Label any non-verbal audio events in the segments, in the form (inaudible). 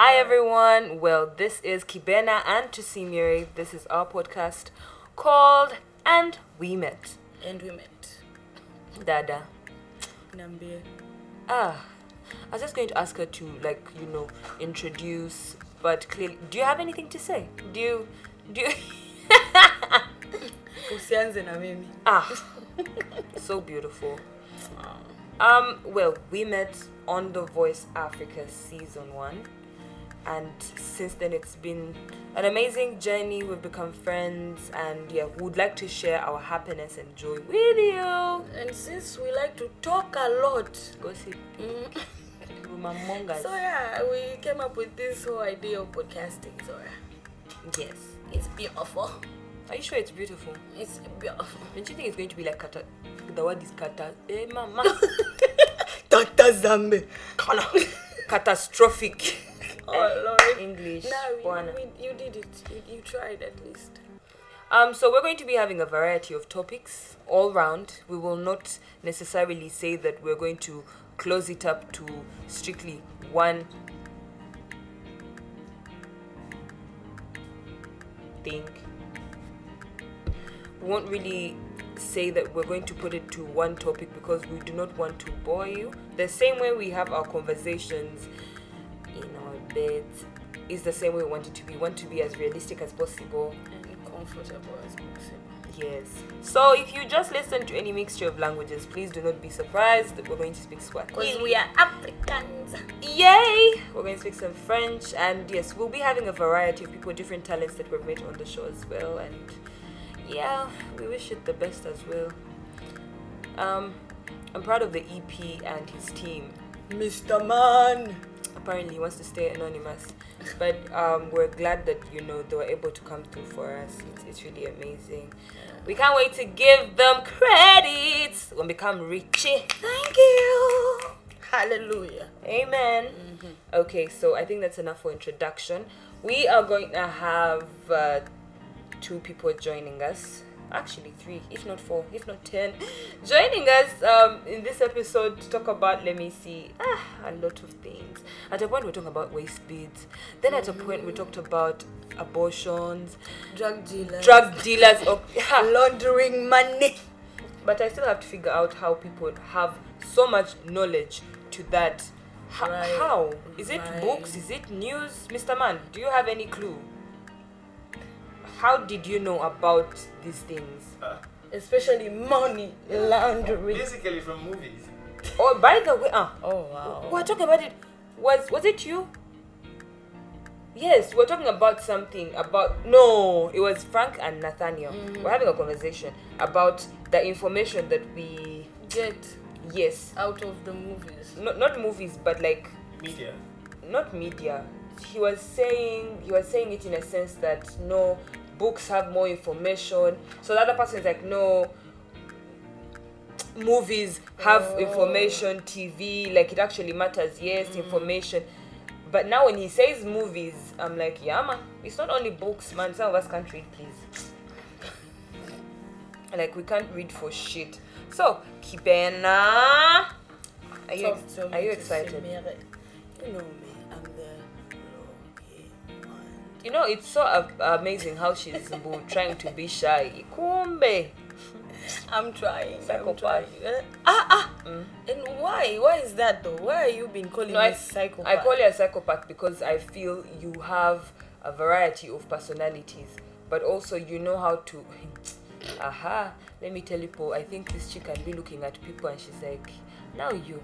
Hi everyone. Well, this is Kibena and Tusimiri. This is our podcast called And We Met. and we met. Dada. Nambia. Ah. I was just going to ask her to like, you know, introduce, but clearly do you have anything to say? Do you do you (laughs) Usianze na mimi. Ah, so beautiful. Um, well, we met on The Voice Africa season one, and since then it's been an amazing journey. We've become friends, and yeah, we'd like to share our happiness and joy with you. And since we like to talk a lot, Gossip, mm, rumamongas. so yeah, we came up with this whole idea of podcasting. So yeah, Yes. it's beautiful. Are you sure it's beautiful? It's beautiful. Don't you think it's going to be like kata? The word is kata. Eh, (laughs) mama. Dr. Zambe. Catastrophic. Oh Lord. English. No, Bwana. you, we- you did it. You, you tried at least. Um, so we're going to be having a variety of topics all round. We will not necessarily say that we're going to close it up to strictly one thing. We won't really say that we're going to put it to one topic because we do not want to bore you. The same way we have our conversations in our beds is the same way we want it to be. We want to be as realistic as possible. And comfortable as possible. Yes. So if you just listen to any mixture of languages, please do not be surprised that we're going to speak Because Swahili. we are Africans. Yay! We're going to speak some French, and yes, we'll be having a variety of people, different talents that we've met on the show as well. And yeah, we wish it the best as well. Um, I'm proud of the EP and his team. Mr. Man. Apparently, he wants to stay anonymous, but um, we're glad that you know they were able to come through for us. It's, it's really amazing. We can't wait to give them credits when we become Richie. Thank you. Hallelujah. Amen. Okay, so I think that's enough for introduction. We are going to have uh, two people joining us. Actually, three, if not four, if not ten, joining us um, in this episode to talk about, let me see, ah, a lot of things. At a point, we're talking about waste beads. Then, at a point, we talked about abortions, Drug dealer. drug dealers. (laughs) Okay. laundering money. but I still have to figure out how people have so much knowledge to that. H- Right. How is it Right. books? Is it news, Mr. Man? Do you have any clue? How did you know about these things? Especially money laundering. Basically from movies. Oh, by the way, uh, Oh wow. we're talking about it. Was was it you? Yes, we're talking about something about no, it was Frank and Nathaniel. We're having a conversation about the information that we Get yes, out of the movies. not not movies, but like Media. not media he was saying he was saying it in a sense that no books have more information so the other person is like no movies have Oh. information tv like it actually matters yes Mm. information but now when he says movies i'm like yeah man it's not only books man some of us can't read please (laughs) like we can't read for shit so kibena are you, Talk to are me you to excited Semere. You know me. I'm the lucky one. You know, it's so a- amazing how she's (laughs) bu- trying to be shy. Kumbe. I'm trying. I'm Psychopath. Mm. trying. Eh? Ah ah. And why? Why is that though? Why are you been calling No, me I, psychopath? I call you a psychopath because I feel you have a variety of personalities, but also you know how to. Aha. Let me tell you, Paul, I think this chick can be looking at people and she's like, now you,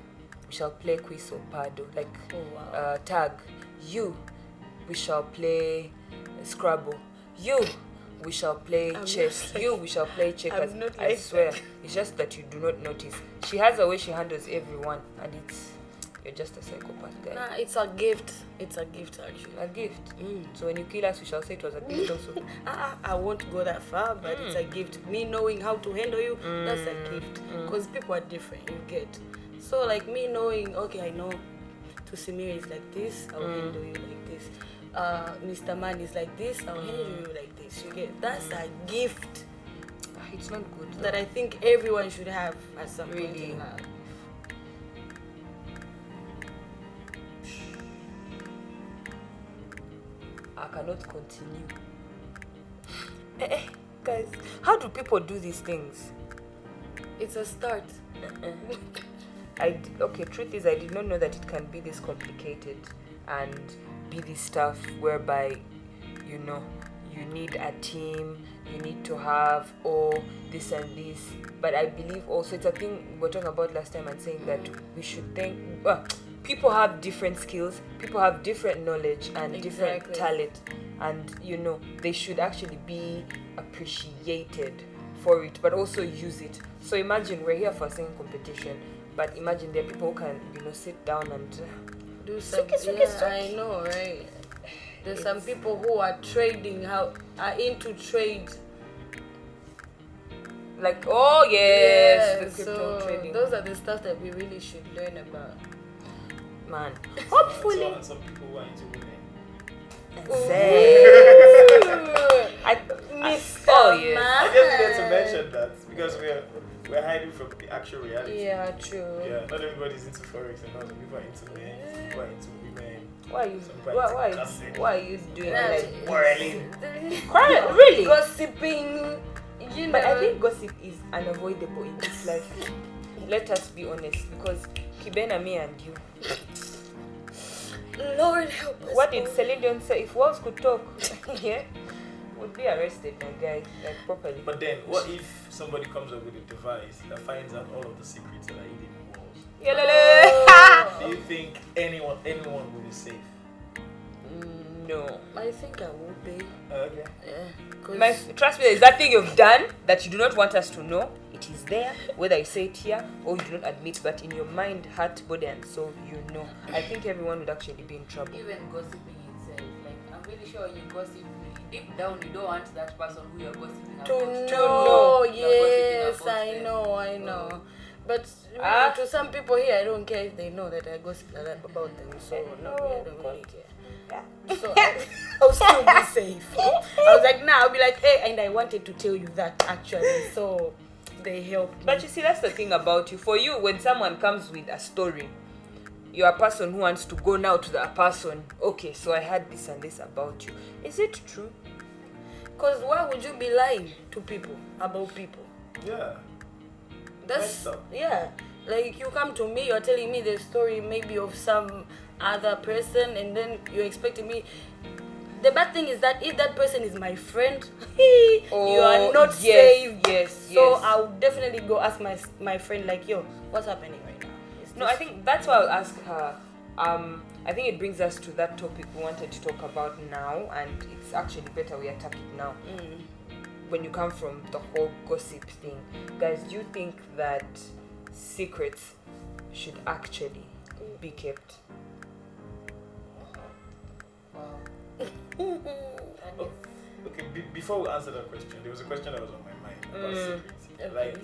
we shall play quiz or pado, like Oh, wow. uh, tag. You, we shall play Scrabble. You, we shall play I'm chess. not like- you, we shall play checkers. I'm not I like swear, it's just that you do not notice. She has a way she handles everyone, and it's you're just a psychopath guy. Nah, it's a gift. It's a gift actually. A gift. So when you kill us, we shall say it was a gift also. (laughs) Ah, ah, I won't go that far, but it's a gift. Me knowing how to handle you, that's a gift. Because people are different, you get. So, like, me knowing, okay, I know Tusimiri is like this, I'll handle you like this. Uh, Mr. Man is like this, I'll handle you like this. You get. That's a gift Ah, it's not good. though. that I think everyone should have at some point Really? in life. I cannot continue. Eh, eh, guys, how do people do these things? It's a start. I d- okay. Truth is, I did not know that it can be this complicated and be this stuff whereby, you know, you need a team, you need to have all this and this. But I believe also it's a thing we were talking about last time and saying that we should think. Well, people have different skills, people have different knowledge and different Exactly. talent, and you know they should actually be appreciated for it, but also use it. So imagine we're here for a singing competition, but imagine there are people who can you know sit down and Do some. Suki, suki, yeah, suki. I know, right? There's some people who are trading, how are into trade. like oh yes, Yeah, the crypto so trading those are the stuff that we really should learn about. man. So, (laughs) Hopefully, and uh, some people who are into women. I, (laughs) I, Mr. oh yes. I just needed to mention that because we're we're hiding from the actual reality. Yeah, true. Yeah, not everybody's into forex and not some people are into men, some people are into women. Why are you? Some Why, people why, are into you, gossip. why are you doing Yeah. that? (laughs) Quarreling. Quarrel- Uh, really? Gossiping. You know. But I think gossip is unavoidable in this life. Let us be honest, because Kibena, me and you. Lord help us. What did all. Celine Dion say? If walls could talk, (laughs) yeah, would be arrested, my guy, like properly. But then, what if somebody comes up with a device that finds out all of the secrets that are hidden in walls? Oh. Yelele. Do (laughs) you think anyone anyone will be safe? Mm, no. I think I will be. Okay. Yeah. 'cause- My, trust me, there is that thing you've done that you do not want us to know. It is there, whether you say it here or you do not admit, but in your mind, heart, body, and soul, you know. I think everyone would actually be in trouble. even gossiping itself. Like I'm really sure you gossip deep down you don't want that person who you're gossiping about to know. know. Yes, You're gossiping about I them. know, I know. But really, Ah. to some people here, I don't care if they know that I gossip a lot about them. So no, I don't really care. So (laughs) I, I'll still be safe. I was like, nah. I'll be like, hey, and I wanted to tell you that actually. So they helped. But me. you see, that's the thing about you. For you, when someone comes with a story, you're a person who wants to go now to that person. Okay, so I heard this and this about you. Is it true? Cause why would you be lying to people about people? Yeah. That's Messed up. yeah. Like you come to me, you're telling me the story maybe of some other person, and then you're expecting me. The bad thing is that if that person is my friend, (laughs) you Oh, are not yes, safe. yes, So yes. I'll definitely go ask my my friend like, yo, what's happening right now? Is No, this- I think that's why I'll ask her. Um, I think it brings us to that topic we wanted to talk about now, and it's actually better we attack it now. When you come from the whole gossip thing, guys, do you think that secrets should actually be kept? Wow. Mm. That Oh, is- okay. Be- before we answer that question, there was a question that was on my mind about Mm. secrets. Like,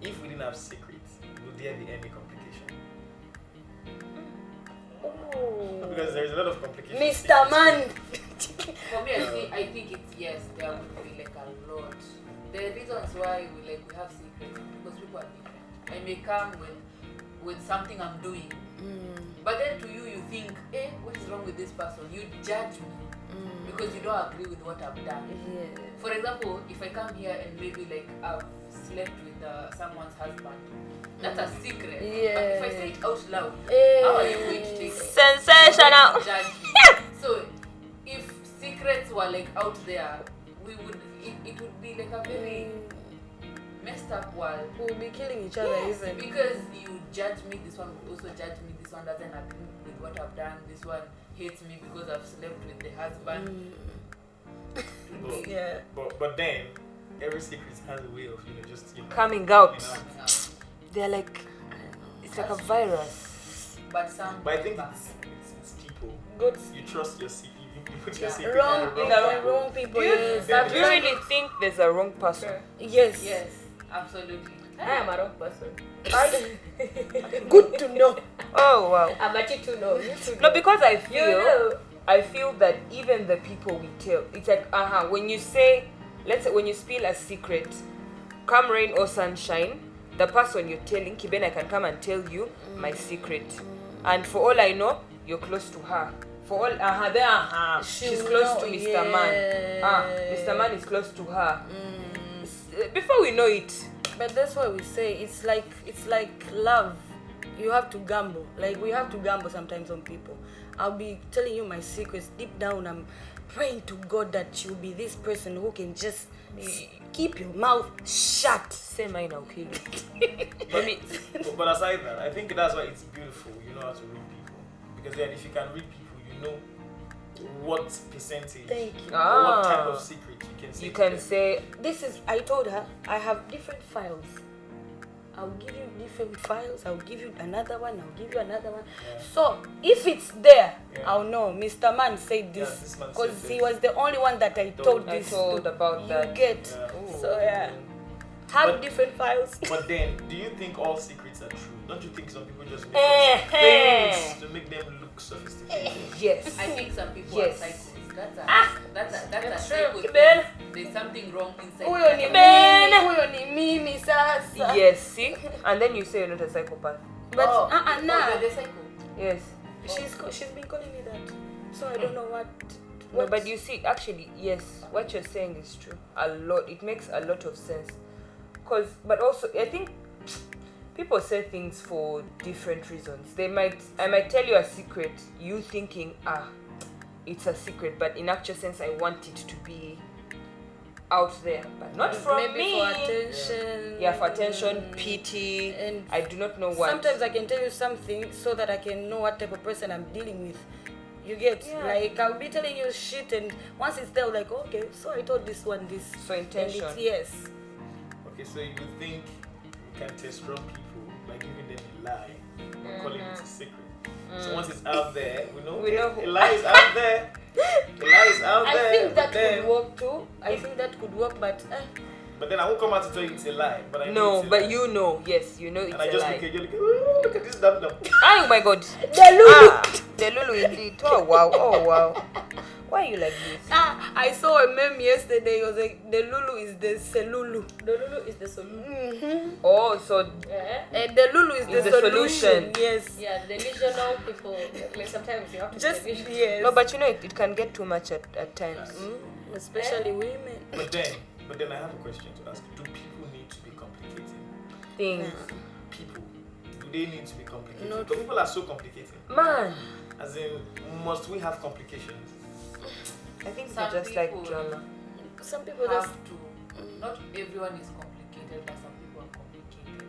if we didn't have secrets, would there be any complication? Because there's a lot of complications. Mr. Oh. Man. for me I think I think it's yes, there would be like a lot. The reasons why we like we have secrets is because people are different. I may come with with something I'm doing. But then to you you think, eh, what is wrong with this person? You judge me because you don't agree with what I've done. Mm, For example, if I come here and maybe like I've slept with uh, someone's husband, that's a secret. But if I say it out loud, how are you going to take it? Sensational. Judge (laughs) me. so, if secrets were like out there, we would it, it would be like a very Mm. messed up world. We'll be killing each other Yes, even. because you judge me, this one would also judge me. This one doesn't agree with what I've done. This one hates me because I've slept with the husband. Mm. But, Mm. Yeah. but, but then, every secret has a way of, you know, just, you know, Coming out. coming Now, They're like, it's like a virus. But some. But I think back. it's, it's, it's people. Good. You trust your secret. You you put your Yeah. secret Wrong, in in the the wrong wrong, people. people. You- yes. Yeah. Do you really think there's a wrong person? Yes. Yes, absolutely. I am a wrong person. Good to know. (laughs) Oh wow. I'm a cheat to know. You to No, because I You feel know. I feel that even the people we tell, it's like uh huh. When you say, let's say when you spill a secret, come rain or sunshine, the person you're telling, Mm. Kibena, can come and tell you my secret, and for all I know, you're close to her. For for all uh-huh, there uh-huh. She she's will close know, to Mr. Man. Ah, Mr. Man is close to her. Mm. S- uh, Before we know it, But that's what we say. It's like it's like love. You have to gamble. Like we have to gamble sometimes on people. I'll be telling you my secrets deep down. I'm praying to God that you'll be this person who can just s- keep your mouth shut. say mine I'll kill you. But, Let me- but, but aside that, I think that's why it's beautiful. You know how to read people because then if you can read people, you know what percentage Thank you. or what type Ah, of secret you can say. you to can them. say This is. I told her I have different files. I'll give you different files. I'll give you another one. I'll give you another one. Yeah. So if it's there, Yeah. I'll know. Mr. Man said Yeah, this this man because said he this. was the only one that I Told- told I this. told to. about you that. get Yeah. so yeah. Have But- different files. But then, do you think all secrets are true? Don't you think some people just make Eh, up eh. things (laughs) to make them look sophisticated? yes. I think some people Yes. are psychos. That's a Ah! that's a that's a True. psycho. thing. Ben. There's something wrong inside. Huyo ni mimi, huyo ni mimi sasa. Yes, see? And then you say you're not a psychopath. But oh, uh uh-uh, uh nah. Oh, you're the psycho. Yes. She's co- she's been calling me that. So I don't know what. No, what but you see, actually, yes, what you're saying is true. A lot. It makes a lot of sense. Cause, but also, I think people say things for different reasons. They might, I might tell you a secret, you thinking, ah, it's a secret, but in actual sense, I want it to be out there, but not from maybe me. for attention. yeah, for attention, pity. And I do not know what. sometimes I can tell you something so that I can know what type of person I'm dealing with. You get Yeah. like I'll be telling you shit, and once it's there, like okay, so I told this one this. So intention. And it's yes. Okay, so you think you can test wrong people by giving them a lie, or calling it a secret. So once it's out there, we know, Mm-hmm. Mm. We know who- a lie is out there. A lie is out I there. think that but, then, could work too. I think that could work, but eh, but then I won't come out to tell you it's a lie. But I know no, it's a but lie. you know, yes, you know it's And I a just lie. look at you, look at, "Ooh, look at this dumb dumb. Oh my (laughs) god. the look. Ah, the Lulu indeed. Oh wow, oh wow. Why are you like this? Ah, I saw a meme yesterday. It was like the Lulu is the Selulu, The Lulu is the solution. mm-hmm. Oh, so Yeah. and Eh, the Lulu is the, Is the solution. solution. Yes, Yeah, the delusional people. Like sometimes you have to just be delusional. yes. no, but you know it, it can get too much at, at times. Mm, especially women. But then, but then I have a question to ask: Do people need to be complicated? Things, People, do they need to be complicated? Not- Because people are so complicated. man. As in, must we have complications? I think we Some just like people- drama. Some people You just have to. Not everyone is complicated, but some people are complicated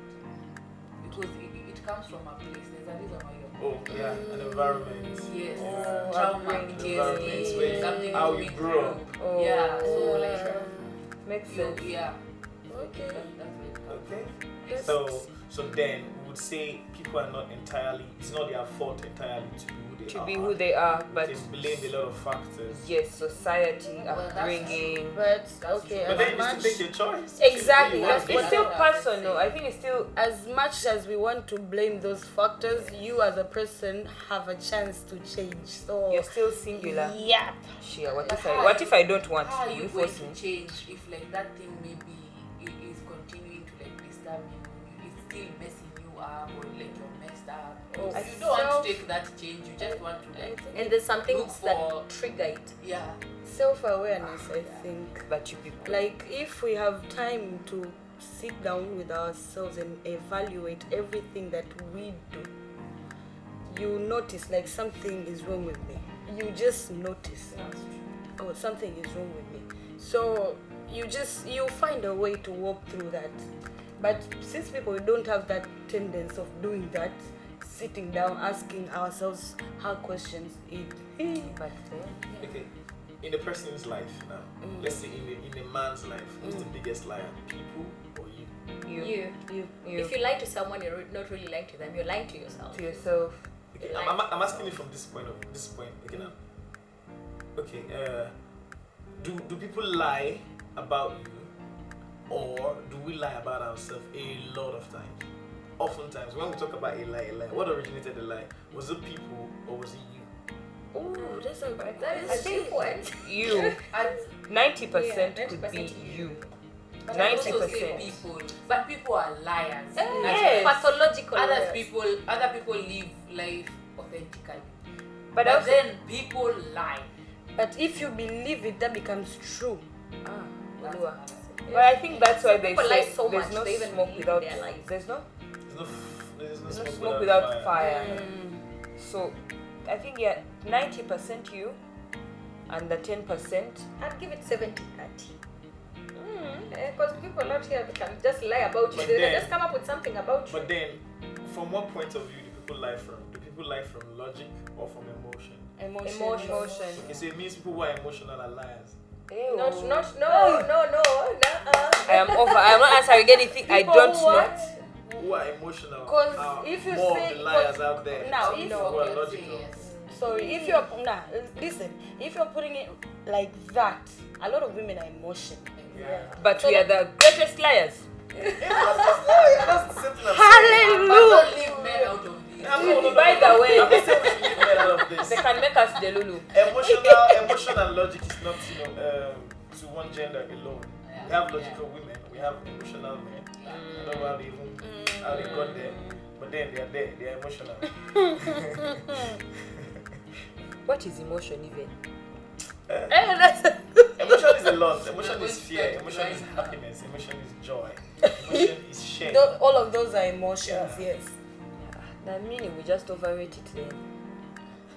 because it, it comes from a place. There's a reason why you're. Oh, yeah, an environment. Yes. Oh, Trauma, upbringing. Environment, where- PTSD, something how you've you been grew up. through. Oh. Yeah. So Oh. like. Makes So sense. yeah. okay. That- that's where it comes Okay. Yes. So, so then we would say people are not entirely. It's not their fault entirely to be who they To are. be who they are, but they blame a lot of factors. yes, society, Well, that's- upbringing. But okay, But as then you much still take your choice. exactly. Yeah, That's but It's what still that's what I'm personal. I saying. think it's still as much as we want to blame those factors, you as a person have a chance to change. So you're still singular. Yep. Sure. What if I what if I don't want How are you you going force me? to change if like that thing maybe i- is continuing to like disturb you? It's still messing you up or like you're messed up. Oh, you I don't want self- to take that change. You just want to like And there's some things Look for- that trigger it. yeah. Self awareness, I think. But you people Like if we have time to sit down with ourselves and evaluate everything that we do, you notice like something is wrong with me. You just notice. oh something is wrong with me so you just you find a way to walk through that but since people don't have that tendency of doing that sitting down asking ourselves hard questions it but then Okay. In a person's life now, Mm. let's say in a, in a man's life, who's the biggest liar? People or you? you You. you you, If you lie to someone, you're re- not really lying to them. You're lying to yourself. to yourself. Okay, I'm, I'm, I'm asking you from this point of this point. Okay now. Okay. Uh, do do people lie about you, or do we lie about ourselves a lot of times? Oftentimes, when we talk about a lie, a lie, what originated the lie? Was it people or was it you? oh that's a good That I is a think deep one. (laughs) You And ninety percent Yeah, could 90% be you. But I I Ninety also say percent. people, but people are liars. Eh, Yes. Pathological. Other liars. people, other people live life authentically. But, But also- then people lie. But if you believe it, that becomes true. Ah, That's Ulua. another thing. But I think that's why they People say lie so there's much, no they even smoke believe without their lies. there's no There's no, f- there's no there's no smoke, smoke without, without fire. fire. Mm. So I think yeah, ninety percent you, and the ten percent. I'd give it 70 30. Mm, eh, Because people out here they can just lie about you. But They can then- just come up with something about you. But then, from what point of view do people lie from? Do people lie from logic or from emotion? Emotion. Emotion. Emotion. Okay, so it means people who are emotional are liars. Ew. Not, not, no, no, no, no. I am over. I am not answering anything. I People don't who know. are- Who are emotional? 'Cause are if you more say- of the liars 'cause- out there. now, Some if- people who are Okay, logical. yes. Sorry, Mm. if you're nah, listen. If you're putting it like that, a lot of women are emotional. Yeah. But we are the greatest liars. That's the same thing I'm saying. But don't leave men out of this. I'm not- no, no, By no, the no. way- I'm not saying we should leave men out of They this. can make us the Lulu. Emotional, emotion and logic is not you know, um, to one gender alone. We have logical women, we have emotional men. I don't know how they even how they got there, but then they are there. They are emotional. What is emotion even? (laughs) Emotion is a lot. Emotion is fear. Emotion is happiness. Emotion is joy. Emotion is shame. Tho- all of those are emotions. Yes. That meaning we just overrate it then.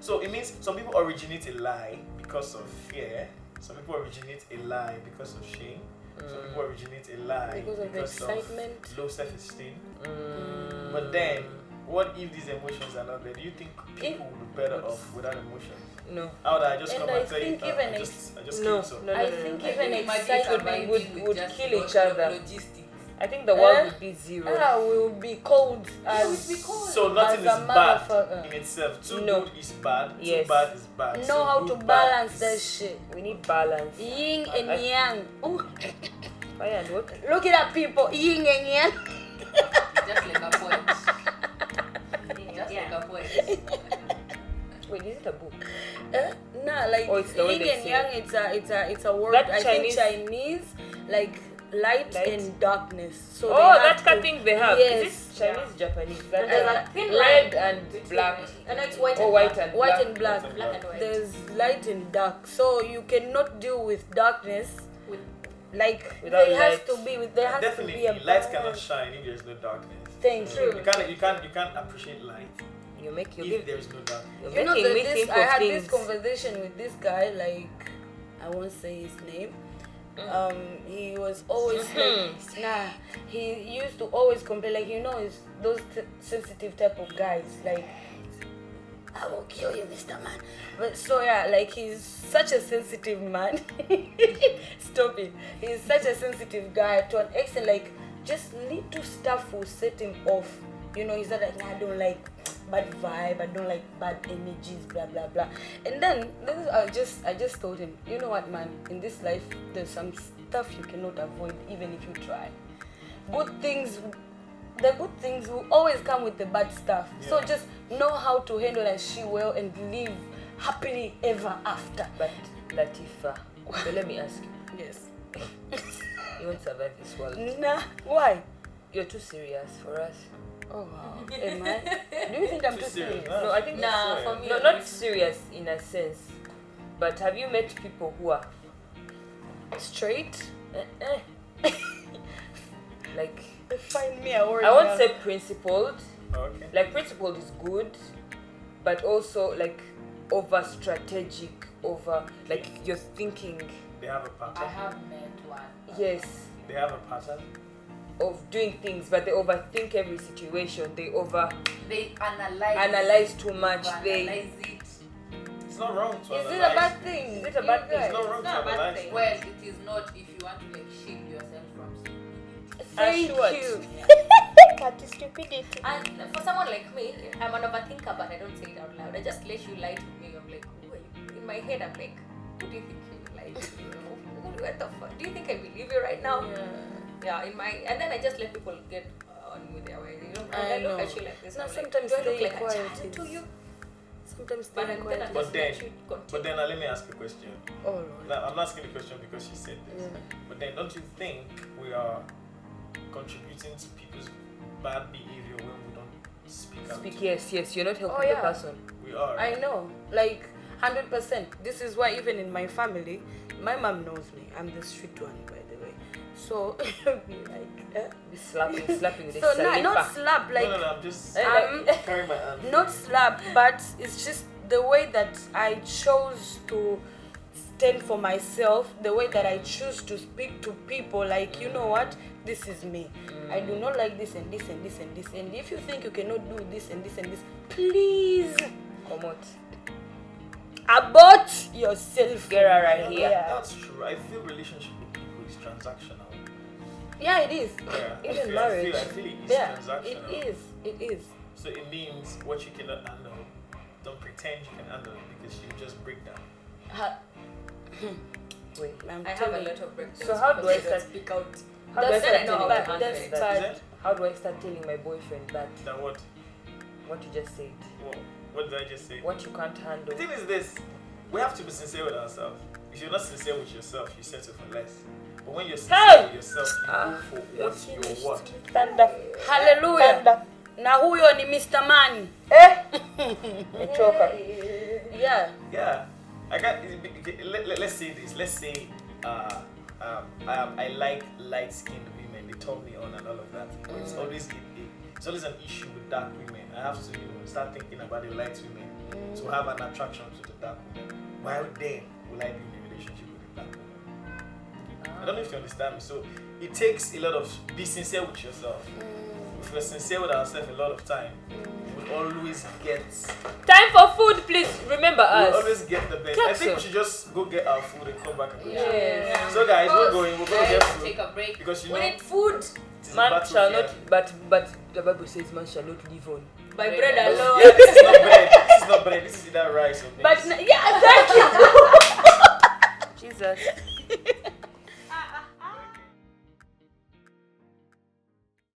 So it means some people originate a lie because of fear. Some people originate a lie because of shame. Some people originate a lie Hmm. Because of excitement. Hmm. low self-esteem. Mm. But then, what if these emotions are not there? Do you think people would be better off without emotion? No. How would I just And come I and tell you? think uh, even I if- just, I just No, killed some. no, no, I no, no. think I even think imagine excitement surviving would- with would just kill each log- other. Logistics. I think the world Eh? would be zero. Ah, we will be cold as So nothing As a is bad motherfucker. in itself. Too No. good is bad. Too Yes. bad is bad. know So how good, to bad balance is- that shit. We need balance. Yin I- and yang. Oh, Fire and water. look it up, people. Yin and yang. Just like a point. Just like a point. Wait, is it a book? Eh? Nah, like Oh, it's the way yin they and say yang. It's a it's a it's a word. That I Chinese- think Chinese, like light, Light. and darkness. So oh, they have that kind to- of thing they have. Yes. Is it Chinese, Japanese? That And there's kind a of- thin red line and black. I know it's white Or and white black. and White black. and black. White Black and white. There's light and dark. So you cannot deal with darkness. With- Like Without there has light. to be with there has to be Definitely, a light cannot balance. shine if there's no darkness. Thank So you. You can't, you can't, you can't appreciate light You make you if there is no darkness. You're You know making that me this, think I of had things. this conversation with this guy, like I won't say his name. Um, he was always like, nah. He used to always complain, like you know, it's those t- sensitive type of guys, like I will kill you, Mr. Man. But so yeah, like he's such a sensitive man. (laughs) Stop it. He's such a sensitive guy to an extent like just little stuff will set him off. You know, he's not like "Nah, I don't like bad vibe, I don't like bad energies, blah blah blah. And then this is, I just I just told him, you know what man, in this life there's some stuff you cannot avoid even if you try. Good things the good things will always come with the bad stuff. So Yeah. just know how to handle and she well and live happily ever after. But Latifa, but let me ask you. Yes. You won't survive this world. Nah, why? You're too serious for us. Oh wow. Am I? Do you think I'm Too too serious. serious? No, I think Nah, Yeah. for me. no, not serious in a sense. But have you met people who are Straight? eh, eh, like Find me a word. I now. won't say principled. Oh, Okay. Like principled is good, but also like over strategic, over like you're thinking. They have a I pattern. have met one. Yes, They have a pattern. of doing things, but they overthink every situation. They over They analyze. analyze too much. They Analyze it. It's not wrong to Is it analyze. a bad thing? Is it a bad thing? It's not wrong It's not to a bad analyze. thing. Well, it is not if you want to like shield yourself from stupidity. Thank Assured. you. Cut the stupidity. And for someone like me, I'm an overthinker, but I don't say it out loud. I just let you lie to me. I'm like, who are you? In my head, I'm like, who do you think you lie to? (laughs) You know? Who- What the fuck? Do you think I believe you right now? Yeah. in my and then I just let people get on with their way. You know, I and I, look know. at you like this. Now I'm like, sometimes do I look staying like a quiet child to is- you? Sometimes But they I'm gonna require. just But then- let you But continue. then uh, let me ask a question. Oh Lord. Now, I'm not asking the question because she said this. But then, don't you think we are contributing to people's bad behavior when we don't speak out? speak. Yes, yes. You're not helping Oh, yeah. the person. We We are. I know, like hundred percent. This is why even in my family, my mom knows me. I'm the strict one, by the way. So (laughs) be like, eh? Be slapping, slapping with so a Eh, no, not salipa. slap like no, no, no. I'm just um, carrying my (laughs) hand. not slap, but it's just the way that I chose to stand for myself, the way that I choose to speak to people. Like, you know what? This is me. I do not like this and this and this and this. And if you think you cannot do this and this and this, please Come out. abort yourself. Get her right Yeah, here. Yeah. That's true. I feel relationship with people is transactional. Yeah, it is. Yeah, I Even feel- I marriage. feel- I feel it is yeah, transactional. it is. It is. So it means what you cannot handle, don't pretend you can handle it because you just break down. Ha- Wait. I'm I have a telling lot you. of breakdowns. So how do because I start- speak out? How do I That's start it, telling no, my that- husband that's that? bad. Is that How do I start telling my boyfriend that? that what? What you just said. What, what did I just say? What you can't handle. The thing is this: we have to be sincere with ourselves. If you're not sincere with yourself, you settle for less. But when you're sincere Hey! with yourself, you Ah, go for what you want. Thunder. Hallelujah. Thunder. Na huyo ni Mr. Man. (laughs) Eh? Nimechoka. Yeah. Yeah, I got. Let, let, let's say this. Let's say uh, um, I, I like light-skinned women. They turn me on and all of that. But it's always it, it- it's always an issue with dark women. I have to you know, start thinking about the light women to have an attraction to the dark women. Why then will I be in a relationship with a dark woman? I don't know if you understand me. So it takes a lot of be sincere with yourself. If we're sincere with ourselves, a lot of time we always get Time for food, please. Remember we us. always get the best. I think we should just go get our food and come back and go Yeah. shopping. Yes. So guys, we're Of course. going. We're going to get Guys, take food a break. because you know We need food. it's a Man battle shall here. not, but but the Bible says man shall not live on. By Bread bread alone. alone. Yeah, this is not bread. This is not bread. This is either rice or beans. But n- yeah, thank you. (laughs) (laughs) Jesus.